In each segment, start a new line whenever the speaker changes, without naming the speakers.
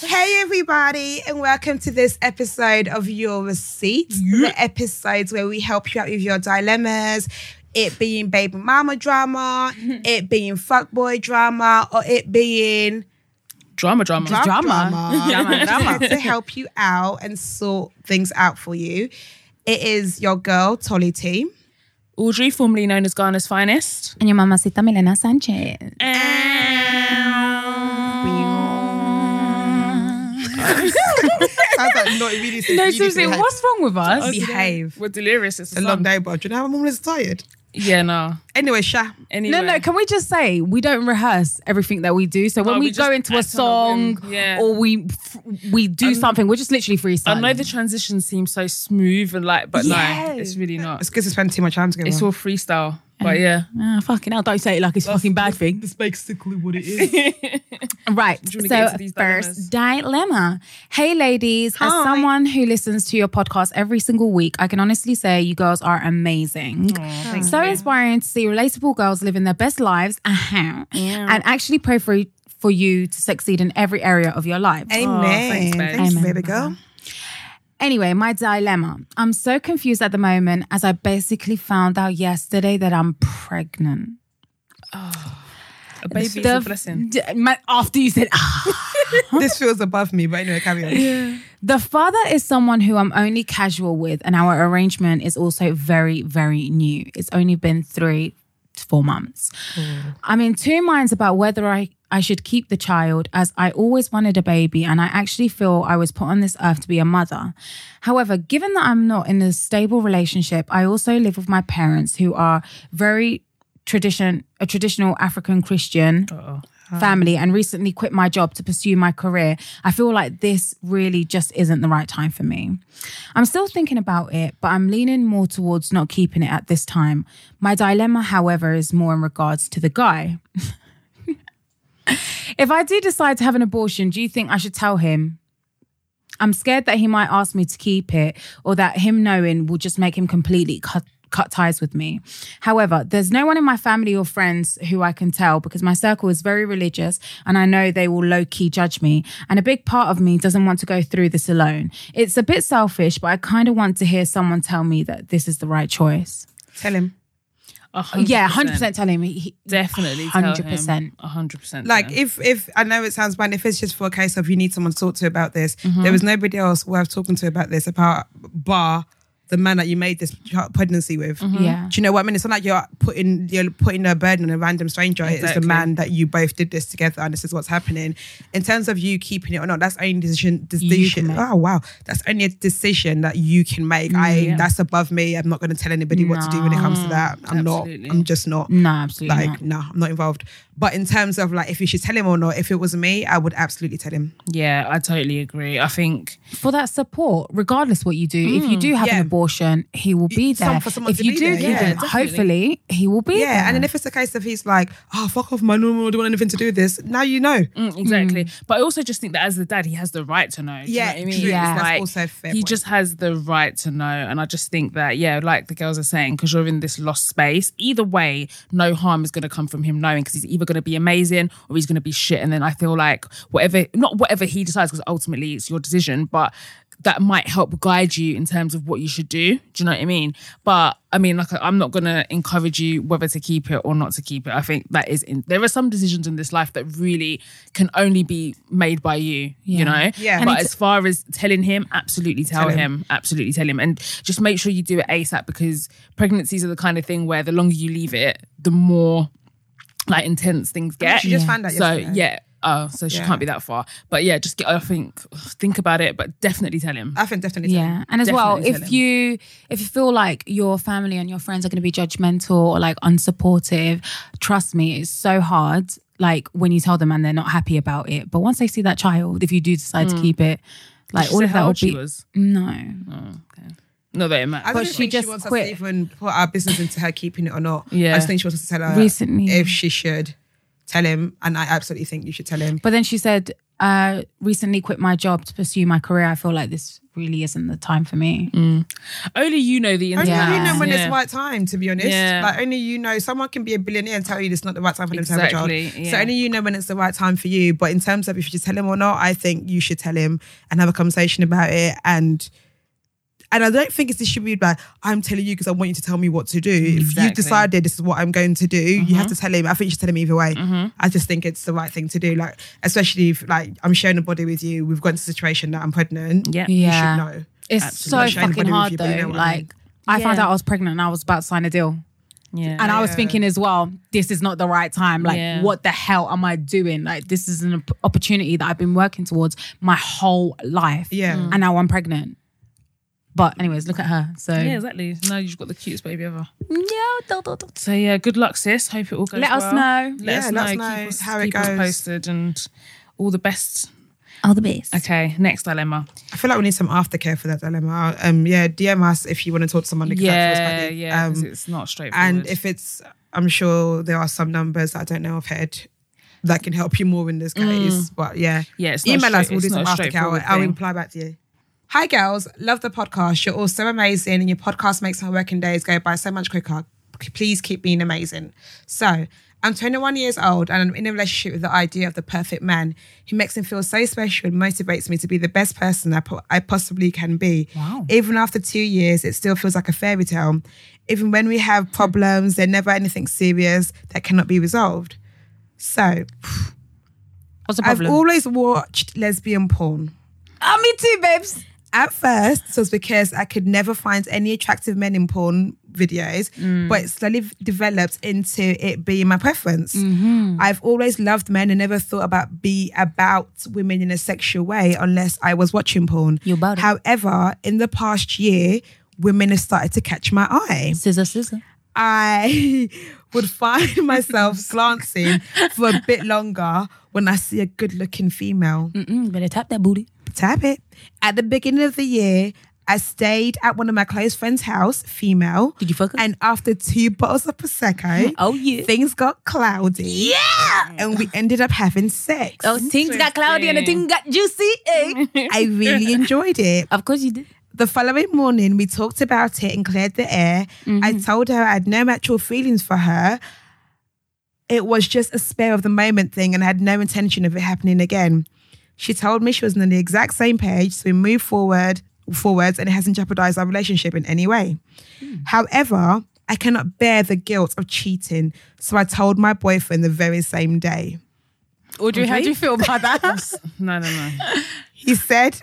Hey, everybody, and welcome to this episode of Your Receipt, the episodes where we help you out with your dilemmas. It being baby mama drama, it being fuckboy drama, or it being
Drama, drama.
drug drama.
Drama, drama.
to help you out and sort things out for you. It is your girl, Tolly T.
Audrey, formerly known as Ghana's finest.
And your mamacita Milena Sanchez.
Sounds like not really
No, seriously, what's wrong with us?
behave.
We're delirious. It's
A long day, bro. Do you know I'm always tired?
Yeah, no.
Anyway, Sha.
Anyway.
No, no, can we just say we don't rehearse everything that we do? So when
No,
we,
we
go
just
into
act
a
on a
song
whim. Yeah.
or we f- we do something, we're just literally freestyling.
I know the transition seems so smooth and like, but
Yeah.
no, it's really not.
It's because we spend too much time together.
It's all freestyle. But yeah.
Ah, fucking hell, don't say it like it's a fucking bad thing.
It's basically what it is.
Right.
you wanna get
So
into these
first dilemma. Hey ladies, as someone who listens to your podcast every single week, I can honestly say you girls are amazing. so inspiring to see relatable girls living their best lives uh-huh, and actually pray for for you to succeed in every area of your life.
Amen.
thanks, babe.
Thanks,
Amen.
baby girl.
Anyway, my dilemma. I'm so confused at the moment as I basically found out yesterday that I'm pregnant.
A baby is
The
a
f-
blessing.
d- my- after you said, ah.
this feels above me, but anyway, carry on.
The father is someone who I'm only casual with, and our arrangement is also very, very new. It's only been three to four months. I'm in two minds about whether I, I should keep the child, as I always wanted a baby, and I actually feel I was put on this earth to be a mother. However, given that I'm not in a stable relationship, I also live with my parents who are very tradition a traditional African Christian family and recently quit my job to pursue my career, I feel like this really just isn't the right time for me. I'm still thinking about it, but I'm leaning more towards not keeping it at this time. My dilemma, however, is more in regards to the guy. if I do decide to have an abortion, do you think I should tell him? I'm scared that he might ask me to keep it or that him knowing will just make him completely cut cut ties with me. However, there's no one in my family or friends who I can tell because my circle is very religious and I know they will low key judge me and a big part of me doesn't want to go through this alone. It's a bit selfish, but I kind of want to hear someone tell me that this is the right choice.
Tell him.
A hundred
Yeah, 100% tell him. He,
Definitely. 100%.
100%.
100%.
Like if if I know it sounds bad, if it's just for a case of you need someone to talk to about this, there was nobody else worth talking to about this apart bar the man that you made this ch- pregnancy with.
Yeah.
Do you know what I mean? It's not like you're putting you're putting a burden on a random stranger. It's the
Exactly.
man that you both did this together, and this is what's happening. In terms of you keeping it or not, that's only decision. Decision.
make.
Oh wow, that's only a decision that you can make. I that's above me. I'm not going to tell anybody what to do when it comes to that. I'm
Absolutely.
not. I'm just not
No, absolutely
like
not.
no i'm not involved but in terms of like if you should tell him or not if it was me i would absolutely tell him
yeah, I totally agree. I think
for that support, regardless what you do. if you do have
Mm, yeah.
an abortion, he will be
Some-
there.
for someone
if
to
you
be
do
there,
keep
yeah,
him,
definitely.
hopefully he will be
yeah
there.
and then if it's the case if he's like oh fuck off my normal i don't want anything to do with this now you know
Mm, exactly. But I also just think that as the dad, he has the right to know. Do
Yeah,
you know what I mean?
true.
Yeah.
It's
That's also a fair
He
point.
just has the right to know, and I just think that yeah, like the girls are saying, because you're in this lost space. Either way, no harm is going to come from him knowing, because he's either going to be amazing or he's going to be shit. And then I feel like whatever, not whatever he decides, because ultimately it's your decision, but. That might help guide you in terms of what you should do. Do you know what I mean? But I mean, like, I'm not gonna encourage you whether to keep it or not to keep it. I think that is in. There are some decisions in this life that really can only be made by you. You know.
Yeah.
But
And
as far as telling him, absolutely tell,
Tell him.
him. absolutely tell him, and just make sure you do it ASAP because pregnancies are the kind of thing where the longer you leave it, the more like intense things get.
she just Yeah. found out
So
yesterday.
yeah. Oh, so she
Yeah.
can't be that far. But yeah, just get. I think think about it, but definitely tell him.
i think definitely tell him.
Yeah, and as well,
Definitely
if
tell
you if you feel like your family and your friends are going to be judgmental or like unsupportive, trust me, it's so hard. Like when you tell them and they're not happy about it, but once they see that child, if you do decide
Mm.
to keep it, like
She
all
said
of
how
that will
old she
be
was.
no.
No, that it matters.
I don't
But she
think
just
she wants us
quit.
to even put our business into her keeping it or not. I
Yeah.
just think she wants us to tell her
Recently.
if she should tell him. And I absolutely think you should tell him.
But then she said uh, recently quit my job to pursue my career, I feel like this really isn't the time for me.
Mm.
Only you know the
Only
internet.
you know when
Yeah.
it's right time, to be honest.
Yeah.
Like only you know, someone can be a billionaire and tell you it's not the right time for them to have a
Exactly,
child. So
yeah.
only you know when it's the right time for you. But in terms of if you should tell him or not, I think you should tell him and have a conversation about it. And and I don't think it's distributed by I'm telling you because I want you to tell me what to do. If
Exactly. Mm-hmm.
you've decided this is what I'm going to do, you have to tell him. I think you should tell him either way. I just think it's the right thing to do. Like especially if like I'm sharing a body with you, we've got into a situation that I'm pregnant.
Yeah.
Yeah.
You should know.
It's
Absolutely.
so
Not
fucking
sharing
hard
anybody
though.
with you, but you know what I
like, I found
Yeah.
out I was pregnant and I was about to sign a deal.
Yeah.
And I was
Yeah.
thinking as well, this is not the right time. Like,
Yeah.
what the hell am I doing? Like, this is an op- opportunity that I've been working towards my whole life.
Mm.
Yeah.
And now I'm pregnant. But, anyways, look at her. So,
yeah, exactly. Now you've got the cutest baby ever.
Yeah, dot, dot, dot.
So yeah, good luck, sis. Hope it all goes
Let
well.
us know.
Let
Yeah,
us know.
let us
Keep
know
us,
how it
keep us
goes.
posted and all the best.
All the best.
Okay, next dilemma.
I feel like we need some aftercare for that dilemma. Um, yeah, DM us if you want to talk to someone. because that feels
Yeah,
quite deep.
yeah, 'cause
Um,
it's not straightforward.
and if it's, I'm sure there are some numbers that I don't know of head that can help you more in this case.
Mm.
But yeah,
Yeah, it's not
email us.
straight-
We'll do
it's
some
not a
aftercare. I'll,
straightforward
I'll
thing.
reply back to you. Hi girls, love the podcast. You're all so amazing, and your podcast makes my working days go by so much quicker. Please keep being amazing. So. I'm 21 years old and I'm in a relationship with the idea of the perfect man who makes me feel so special and motivates me to be the best person I, po- I possibly can be.
Wow.
Even after two years, it still feels like a fairy tale. Even when we have problems, they're never anything serious that cannot be resolved. So
What's the
I've
problem?
always watched lesbian porn.
oh, me too, babes.
At first, this was because I could never find any attractive men in porn videos,
Mm.
but it slowly developed into it being my preference.
Mm-hmm.
I've always loved men and never thought about be about women in a sexual way unless I was watching porn.
You about it.
However, in the past year, women have started to catch my eye.
Scissor, scissor.
I would find myself glancing for a bit longer when I see a good looking female.
Mm-mm, better tap that booty.
Tap it. At the beginning of the year, I stayed at one of my close friend's house, female.
Did you fuck her?
And after two bottles of Prosecco,
Oh, yeah.
things got cloudy. Yeah. And we ended up having sex.
Oh, things got cloudy and the thing got juicy. eh?
I really enjoyed it.
of course you did.
The following morning, we talked about it and cleared the air. I told her I had no actual feelings for her. It was just a spare of the moment thing, and I had no intention of it happening again. She told me she was on the exact same page, so we moved forward, forwards, and it hasn't jeopardized our relationship in any way. However, I cannot bear the guilt of cheating, so I told my boyfriend the very same day.
Audrey, how do you feel about that?
no, no, no.
He said,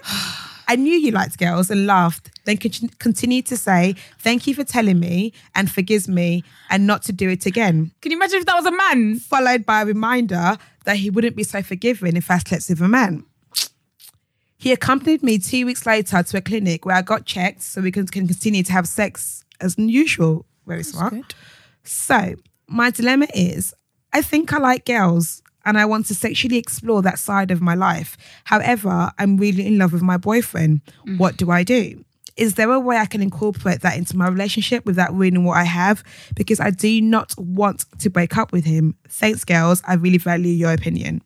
I knew you liked girls and laughed, then con- continued to say, Thank you for telling me and forgives me and not to do it again.
Can you imagine if that was a man?
Followed by a reminder that he wouldn't be so forgiving if I slept with a man. He accompanied me two weeks later to a clinic where I got checked so we can, can continue to have sex as usual. Very smart. So, my dilemma is I think I like girls and I want to sexually explore that side of my life. However, I'm really in love with my boyfriend. What do I do? Is there a way I can incorporate that into my relationship without ruining what I have? Because I do not want to break up with him. Thanks, girls. I really value your opinion.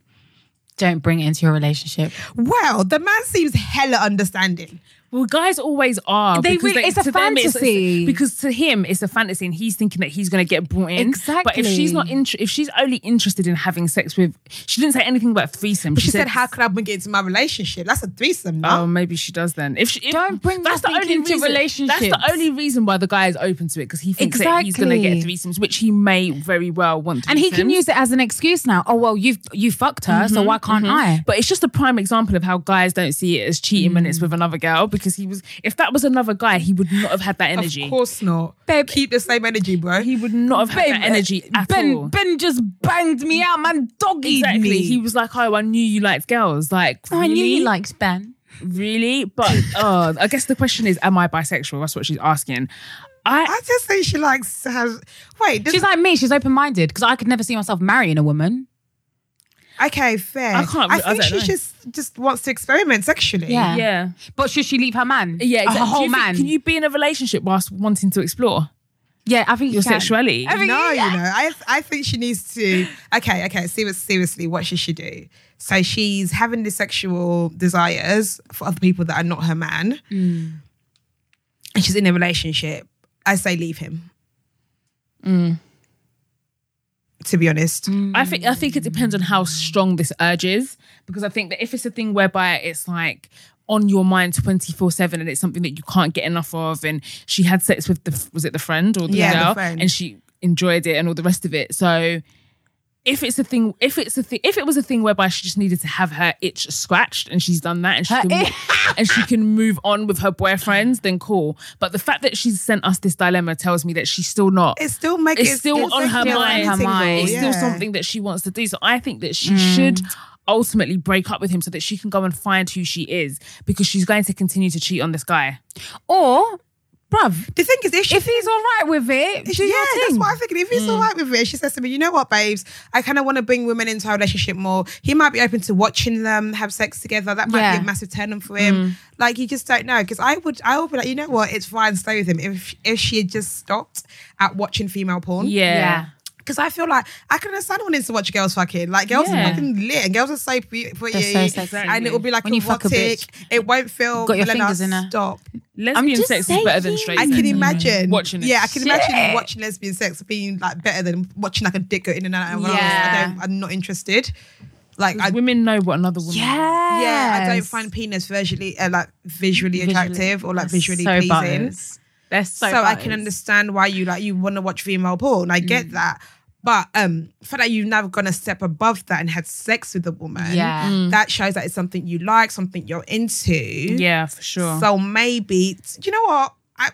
Don't bring it into your relationship.
Well, the man seems hella understanding.
Well, guys always are.
They
because
really- it's a
to them,
fantasy.
because to him, it's a fantasy, and he's thinking that he's going to get brought in. But if she's not,
Exactly.
inter- if she's only interested in having sex with, she didn't say anything about threesome.
She, said, How could I bring it into my relationship? That's a threesome, no?
Oh, maybe she does then. If she if,
Don't bring that thing into
That's the
relationships.
only reason why the guy is open to it because he thinks that he's going to get
Exactly.
threesomes, which he may very well want. Threesomes.
And he can use it as an excuse now. Oh well, you've you fucked her, so why can't I?
Mm-hmm, But it's just a prime example of how guys don't see it as cheating when
Mm.
it's with another girl because he was. If that was another guy, he would not have had that energy.
Of course not.
Babe.
Keep the same energy, bro.
He would not have had that energy at
ben,
all.
Ben just banged me out, man. Doggy
Exactly.
me. Oh,
He was like, "Oh, I knew you liked girls." Like, really?
liked Ben.
really. But uh, I guess the question is, am I bisexual? That's what she's asking. I
I just think she likes has. Wait, does,
She's like me. She's open minded because I could never see myself marrying a woman.
okay, fair.
I can't- I
I think
don't
she
know.
just just wants to experiment sexually.
Yeah.
yeah
But should she leave her man?
yeah
her
exactly. Do
whole
you think-
man.
Can you be in a relationship whilst wanting to explore?
Yeah, I think
your
you can.
sexuality.
I think
no,
you
you know, I I think she needs to. Okay, okay. Serious, seriously, what should she do? So she's having the sexual desires for other people that are not her man,
Mm.
and she's in a relationship. I say leave him.
Mm.
To be honest,
I think I think it depends on how strong this urge is because I think that if it's a thing whereby it's like on your mind 24/7 and it's something that you can't get enough of and she had sex with the was it the friend or the
Yeah, the
girl
friend.
and she enjoyed it and all the rest of it so if it's a thing if it's a thing if it was a thing whereby she just needed to have her itch scratched and she's done that and she
Her
can,
itch.
and she can move on with her boyfriends then cool but the fact that she's sent us this dilemma tells me that she's still not
it's still making
It's still on her mind.
Her mind.
it's still something that she wants to do. So I think that she should
Mm.
ultimately break up with him so that she can go and find who she is because she's going to continue to cheat on this guy.
Or, bruv,
The thing is, if she
if he's all right with it, do
yeah,
your thing.
that's what I'm thinking. If
Mm.
he's all right with it, she says to me, "You know what, babes? I kind of want to bring women into our relationship more. He might be open to watching them have sex together. That might
Yeah. Mm.
be a massive turn on for him. Like you just don't know. Because I would, I would be like, you know what? It's fine. Stay with him. If if she had just stopped at watching female porn,
Yeah.
Because I feel like I can understand wanting to watch girls fucking. Like girls
Yeah.
are fucking lit, and girls are so be- pretty,
They're so sexy.
and it will be like
When you fuck a
erotic.
bitch.
it won't feel.
Got your
Milena,
fingers in her.
Stop.
Lesbian
just
sex is better than
saying.
straight
I
sex.
can imagine
Watching it.
Yeah, I can imagine
Shit.
watching lesbian sex being like better than watching like a dick go in and out. And
Yeah.
I don't, I'm not interested. Like I,
Women know what another woman
Yeah.
yeah, I don't find penis visually uh, like visually attractive or like visually
so
pleasing.
butters.
They're so,
So I can understand why you like you want to watch female porn. I get that. But um, for that you've now gone a step above that and had sex with a woman,
Yeah.
Mm.
that shows that it's something you like, something you're into. Yeah.
Yeah, for sure.
So maybe do you know what? I,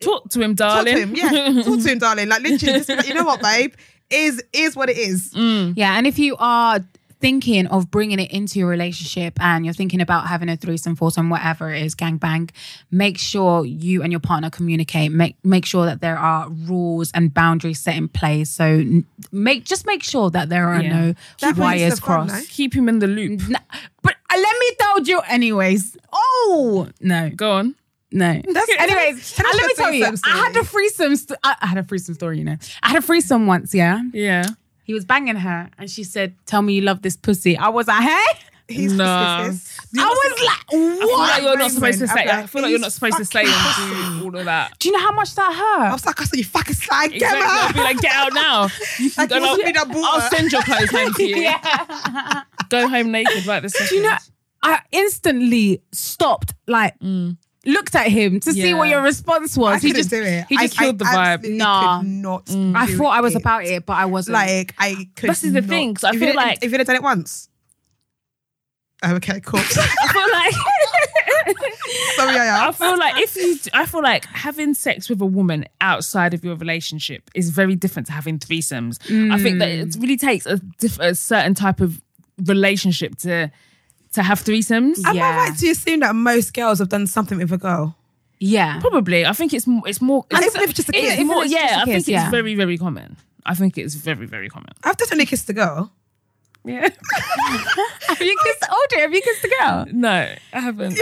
Talk to him,
talk
darling.
to him. Yeah, talk to him, darling. Like literally, just be like, you know what, babe? Is is what it is.
Mm,
Yeah, and if you are thinking of bringing it into your relationship and you're thinking about having a threesome, foursome, whatever it is, gangbang, make sure you and your partner communicate. Make make sure that there are rules and boundaries set in place. So n- make just make sure that there are
Yeah.
no
That makes
wires
the fun,
crossed.
Keep him in the loop.
Mm-hmm.
No, but uh, let me tell you, anyways. Oh no,
Go on.
no.
That's-
anyways,
tell us
and let me
your
tell you,
threesome
I had a threesome. St- I I had a threesome story. You know, I had a threesome once. Yeah,
Yeah.
he was banging her, and she said, "Tell me you love this pussy." I was like, "Hey."
He's
Nah.
just-
I was like,
I feel like
"What?"
you're not
Raymond,
supposed to say.
I'm like,
I feel like you're not
he's
supposed to say and do all of that.
Do you know how much that
I
hurt?
was like, I said, you fucking slag, get
Exactly. I'll
out.
be like, get out now. You can
Like,
go
you must
out.
be that booter.
I'll send your clothes home to you.
Yeah,
Go home naked right this second.
you know, I instantly stopped, like, looked at him to see
Yeah.
what your response
I
was.
couldn't
he just,
do it.
he just
I,
killed
the
I
vibe. Mm.
absolutely
Nah.
could not.
I
do
thought I was
it.
about it, but I wasn't.
Like I could.
This is the
not-
thing, 'cause I
If you
feel
didn't-
like-
if you'd have done it once. Oh, Okay, cool.
I feel like
Sorry, I
I
asked.
feel like if you, I feel like having sex with a woman outside of your relationship is very different to having threesomes. I think that it really takes a, diff- a certain type of relationship to to have threesomes.
Am
Yeah.
I right to assume that most girls have done something with a girl?
yeah,
Probably, I think it's more. It's more.
And
it's,
even if just a
it's
kiss.
more.
Even if it's
Yeah,
just a
I think
kiss,
it's
yeah.
very, very common. I think it's very, very common.
I've definitely kissed a girl.
Yeah.
have you kissed OJ? Have you kissed the girl?
No, I haven't.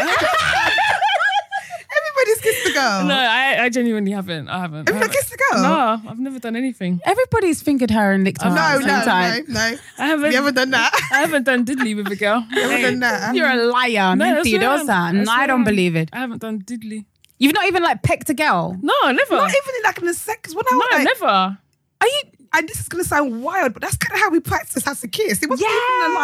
Everybody's kissed a girl.
No, I, I genuinely haven't. I haven't.
Have
I
you not
haven't.
kissed a girl?
No, I've never done anything.
Everybody's fingered her and licked her.
No,
at
No,
the same
no, no,
time.
no.
I haven't.
We haven't done that.
I haven't done diddly with a girl.
haven't done that.
You're a liar.
No,
No,
that's what I am. That's
I
what I
don't
am.
believe it.
I haven't done diddly.
You've not even like pecked a girl.
No, never.
Not even in like in the sex. When I
no,
was like,
never.
Are you?
and this is gonna sound wild, but that's kind of how we practice as a kiss. It wasn't even a,
Yeah.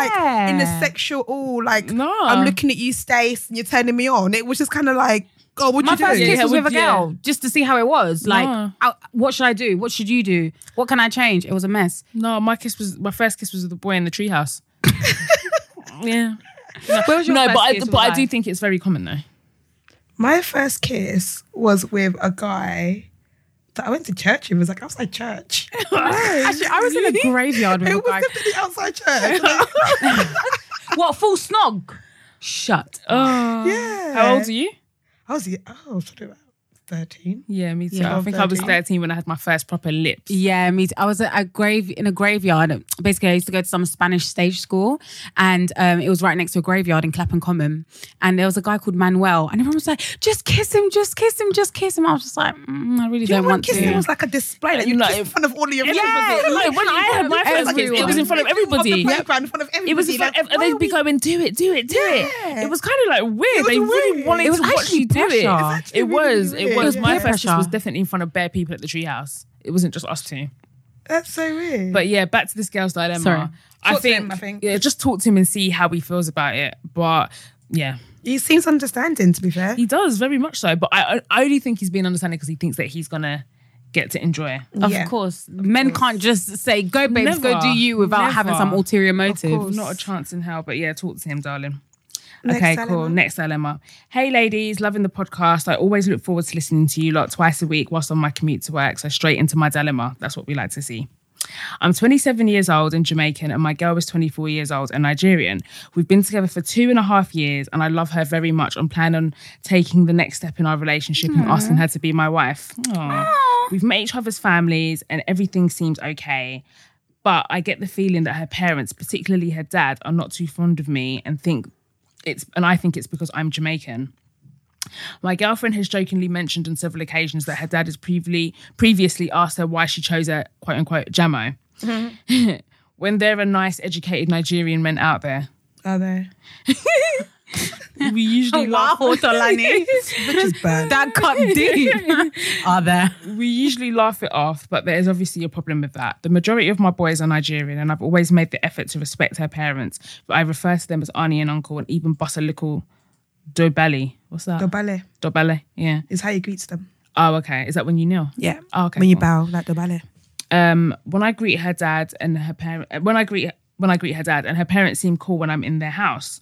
like in the sexual, oh, like
No.
I'm looking at you, Stace, and you're turning me on. It was just kind of like, oh, what
My
you do?
first
Yeah,
kiss
yeah,
was
would
with a
you?
girl, just to see how it was. Like,
No.
I- what should I do? What should you do? What can I change? It was a mess.
No, my kiss was my first kiss was with a boy in the treehouse. yeah.
Where was your
No,
first
but I,
kiss with
but
a
I
guy?
do think it's very common though.
My first kiss was with a guy that I went to church. with. It was like outside church.
Actually, I was in a graveyard with
it
a
was
guy.
definitely outside church. Like,
What full snog? Shut.
Oh.
yeah.
How old are you?
I was, oh, I was talking about 13.
Yeah, me too.
Yeah.
I think I was
13.
13 when I had my first proper lips.
Yeah, me. Too. I was at a grave in a graveyard. Basically, I used to go to some Spanish stage school, and um, it was right next to a graveyard in Clapham Common. And there was a guy called Manuel, and everyone was like, "Just kiss him, just kiss him, just kiss him." I was just like, mm, "I really
Do you
don't
remember
want
kissing
to."
was like a display? Like you
Like,
kissed in front of all of your
Yeah,
friends.
like, when I had my first kiss, it was in front of everybody.
On the playground, in front of everybody.
It was in front
Like,
of, and
why are
they'd be
we-
going, do it, do it, do
Yeah.
it. It was kind of like weird.
was
They really
weird.
wanted
It was
to watch
actually
you do
pressure. It was
it.
actually
It was,
really
it was.
weird.
My
Yeah.
first kiss
Pressure.
was definitely in front of bare people at the treehouse. It wasn't just us two.
That's so weird.
But yeah, back to this girl's dilemma.
Sorry.
I
Talk to
think,
him, I think.
yeah, just talk to him and see how he feels about it. But yeah,
he seems understanding, to be fair.
he does very much so. But I, I only think he's being understanding because he thinks that he's gonna get to enjoy it.
Of
Yeah.
course, men can't just say, "Go, babes, go
Never.
do you," without having
Never.
some ulterior motive.
course.
Not a chance in hell, but yeah, talk to him, darling.
Next
okay, cool.
dilemma.
Next dilemma. Hey, ladies, loving the podcast. I always look forward to listening to you lot twice a week whilst on my commute to work. So, straight into my dilemma. That's what we like to see. I'm 27 years old and Jamaican, and my girl is 24 years old and Nigerian. We've been together for two and a half years, and I love her very much. I'm planning on taking the next step in our relationship and asking her to be my wife. Aw. We've met each other's families, and everything seems okay. But I get the feeling that her parents, particularly her dad, are not too fond of me and think it's and I think it's because I'm Jamaican. My girlfriend has jokingly mentioned on several occasions that her dad has previously previously asked her why she chose a quote unquote jamo. when there are nice, educated Nigerian men out there.
Are they?
We usually
Wow,
laugh.
Tolani,
Which is bad.
that cut deep. Are there?
we usually laugh it off, but there is obviously a problem with that. The majority of my boys are Nigerian, and I've always made the effort to respect her parents, but I refer to them as auntie and uncle, and even boss a little dobelly. What's that?
The ballet
dobelly. Yeah.
is how you greet them.
Oh, okay. Is that when you kneel?
Yeah.
Oh, okay.
When you
cool.
bow, like the ballet.
um, when I greet her dad and her parent, when I greet when I greet her dad and her parents seem cool when I'm in their house.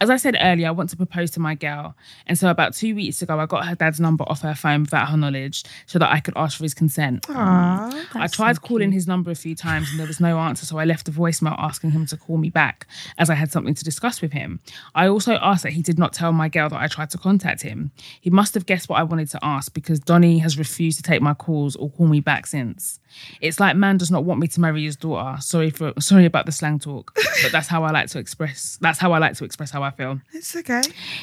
As I said earlier, I want to propose to my girl, and so about two weeks ago, I got her dad's number off her phone without her knowledge, so that I could ask for his consent.
Aww.
I tried calling his number a few times and there was no answer, so I left a voicemail asking him to call me back as I had something to discuss with him. I also asked that he did not tell my girl that I tried to contact him. He must have guessed what I wanted to ask because Donnie has refused to take my calls or call me back since. It's like man does not want me to marry his daughter. Sorry for sorry about the slang talk, but that's how I like to express that's how I like to express how I feel.
It's okay.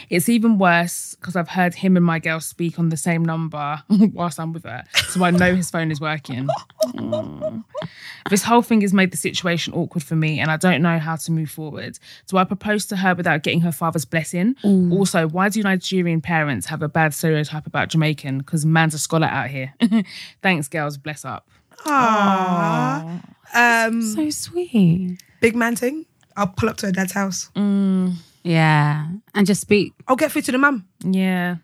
It's even worse because I've heard him and my girl speak on the same number whilst I'm with her. So I know his phone is working. Aw. This whole thing has made the situation awkward for me and I don't know how to move forward. Do I propose to her without getting her father's blessing? Also, why do Nigerian parents have a bad stereotype about Jamaican? Because man's a scholar out here. Thanks, girls. Bless up.
Aww. Um,
So sweet.
big man thing. I'll pull up to her dad's house.
Mm.
Yeah, and just speak.
I'll get through to the mum.
Yeah.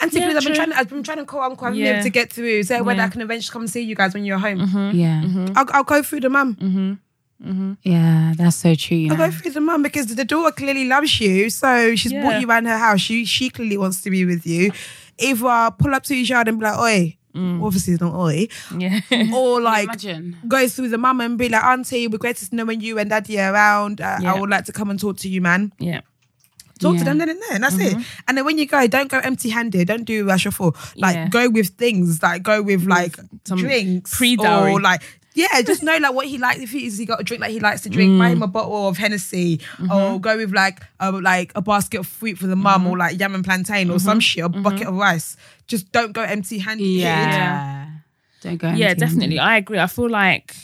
And to
Yeah,
I've been
true.
trying. I've been trying to call Uncle. I've been
Yeah.
able to get through. So when
Yeah. Mm-hmm.
I can eventually come and see you guys when you're home,
Yeah,
I'll, I'll go through the mum.
yeah, that's so true. You
I'll
know?
go through the mum because the daughter clearly loves you. So she's
Yeah.
brought you around her house. She she clearly wants to be with you. If I pull up to your yard and be like, "Oi," obviously it's not "Oi,"
Yeah.
or like.
Imagine.
Go through the mum and be like, Auntie, we're great to knowing you and daddy are around. Uh,
Yeah.
I would like to come and talk to you, man.
yeah.
Talk
Yeah.
to them then and there, and that's it.
Mm-hmm.
And then when you go, don't go empty handed. Don't do a shuffle. Like
Yeah.
go with things. Like go with like
some
drinks
pre-dowry.
or like. Yeah, just know like what he likes. If he is he got a drink like he likes to drink,
Mm.
buy him a bottle of Hennessy,
Mm-hmm.
or go with like a, like a basket of fruit for the mum, or like yam and plantain, or
Mm-hmm.
some shit, or bucket of rice. Just don't go empty handed.
Yeah. Don't go.
yeah
empty-handed.
definitely i agree i feel like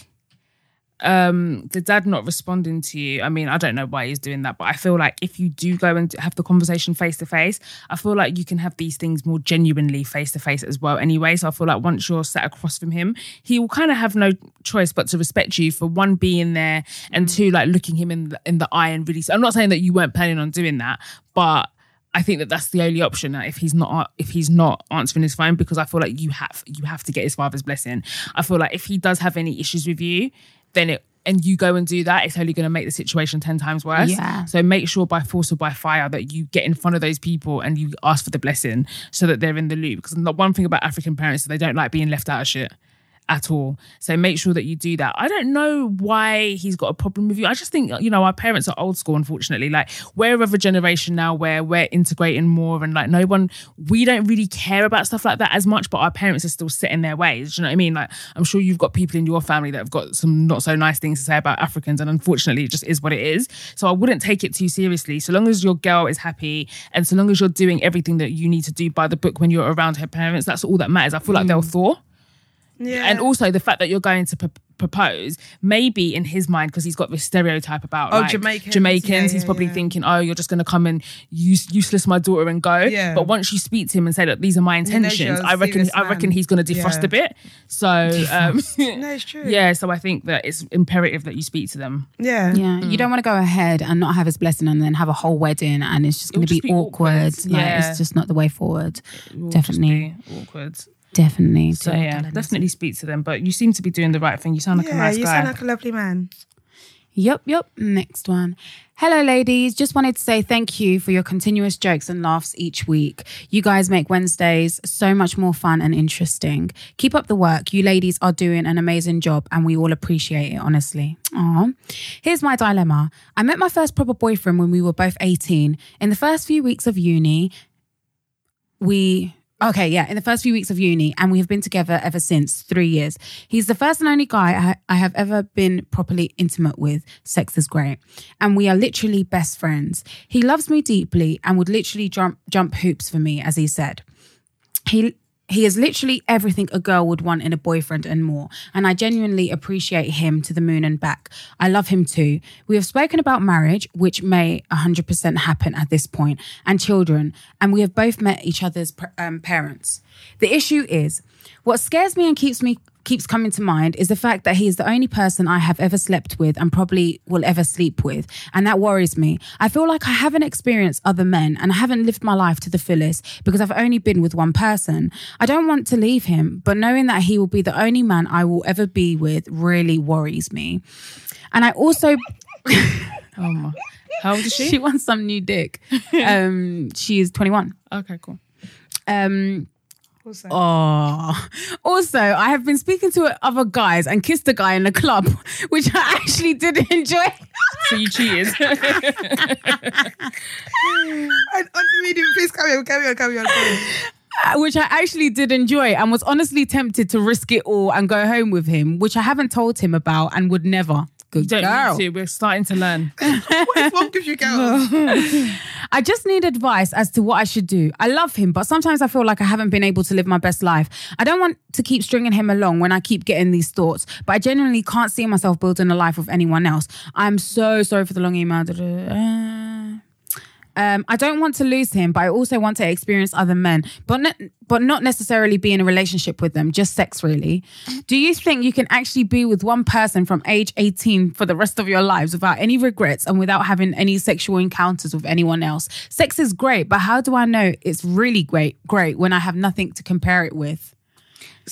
um the dad not responding to you i mean i don't know why he's doing that but i feel like if you do go and have the conversation face to face i feel like you can have these things more genuinely face to face as well anyway so i feel like once you're sat across from him he will kind of have no choice but to respect you for one being there and two like looking him in the, in the eye and really i'm not saying that you weren't planning on doing that but I think that that's the only option uh, if he's not if he's not answering his phone because I feel like you have you have to get his father's blessing. I feel like if he does have any issues with you, then it and you go and do that, it's only going to make the situation ten times worse.
Yeah.
So make sure by force or by fire that you get in front of those people and you ask for the blessing so that they're in the loop. Because the one thing about African parents is they don't like being left out of shit at all. So make sure that you do that. I don't know why he's got a problem with you. I just think, you know, our parents are old school, unfortunately. Like, we're of a generation now where we're integrating more and like no one, we don't really care about stuff like that as much, but our parents are still set in their ways. Do you know what I mean? Like, I'm sure you've got people in your family that have got some not so nice things to say about Africans. And unfortunately, it just is what it is. So I wouldn't take it too seriously. So long as your girl is happy and so long as you're doing everything that you need to do by the book when you're around her parents, that's all that matters. I feel like they'll thaw.
Yeah.
And also the fact that you're going to p- propose, maybe in his mind, because he's got this stereotype about
Oh,
like,
Jamaicans.
Jamaicans,
Yeah,
he's
yeah,
probably
yeah.
thinking, oh, you're just going to come and use, useless my daughter and go.
Yeah.
But once you speak to him and say, look, these are my intentions,
you're a
I reckon
serious
I reckon
man.
he's going to defrost
Yeah.
a bit. So, um,
no, it's true.
yeah, so I think that it's imperative that you speak to them.
Yeah.
Yeah,
Mm-hmm.
you don't want to go ahead and not have his blessing and then have a whole wedding and it's just
It'll
going to be,
just be awkward.
awkward. Like,
Yeah.
It's just not the way forward.
It will just
Definitely,
be awkward.
definitely.
So,
do it,
yeah,
Dylan.
definitely speak to them. But you seem to be doing the right thing. You sound like a
Yeah,
nice
you
guy.
sound like a lovely man.
Yep, yep. Next one. Hello, ladies. Just wanted to say thank you for your continuous jokes and laughs each week. You guys make Wednesdays so much more fun and interesting. Keep up the work. You ladies are doing an amazing job and we all appreciate it, honestly. Aw. Here's my dilemma I met my first proper boyfriend when we were both 18. In the first few weeks of uni, we okay yeah in the first few weeks of uni and we have been together ever since three years he's the first and only guy I, I have ever been properly intimate with sex is great and we are literally best friends he loves me deeply and would literally jump jump hoops for me as he said he he is literally everything a girl would want in a boyfriend and more. And I genuinely appreciate him to the moon and back. I love him too. We have spoken about marriage, which may 100% happen at this point, and children. And we have both met each other's pr- um, parents. The issue is what scares me and keeps me keeps coming to mind is the fact that he is the only person I have ever slept with and probably will ever sleep with. And that worries me. I feel like I haven't experienced other men and I haven't lived my life to the fullest because I've only been with one person. I don't want to leave him, but knowing that he will be the only man I will ever be with really worries me. And I also
oh my. How old is she?
she wants some new dick. um she is 21.
Okay, cool.
Um
Also.
Oh. Also, I have been speaking to other guys and kissed a guy in the club, which I actually did enjoy.
So you cheated.
And, and reading, please carry on, carry on, carry on. Carry on.
Which I actually did enjoy and was honestly tempted to risk it all and go home with him, which I haven't told him about and would never. Good
Don't
girl.
need to. We're starting to learn.
what is wrong with you girls?
I just need advice as to what I should do. I love him, but sometimes I feel like I haven't been able to live my best life. I don't want to keep stringing him along when I keep getting these thoughts, but I genuinely can't see myself building a life with anyone else. I'm so sorry for the long email. Uh, Um, I don't want to lose him, but I also want to experience other men, but ne- but not necessarily be in a relationship with them, just sex really. Do you think you can actually be with one person from age 18 for the rest of your lives without any regrets and without having any sexual encounters with anyone else? Sex is great, but how do I know it's really great great when I have nothing to compare it with?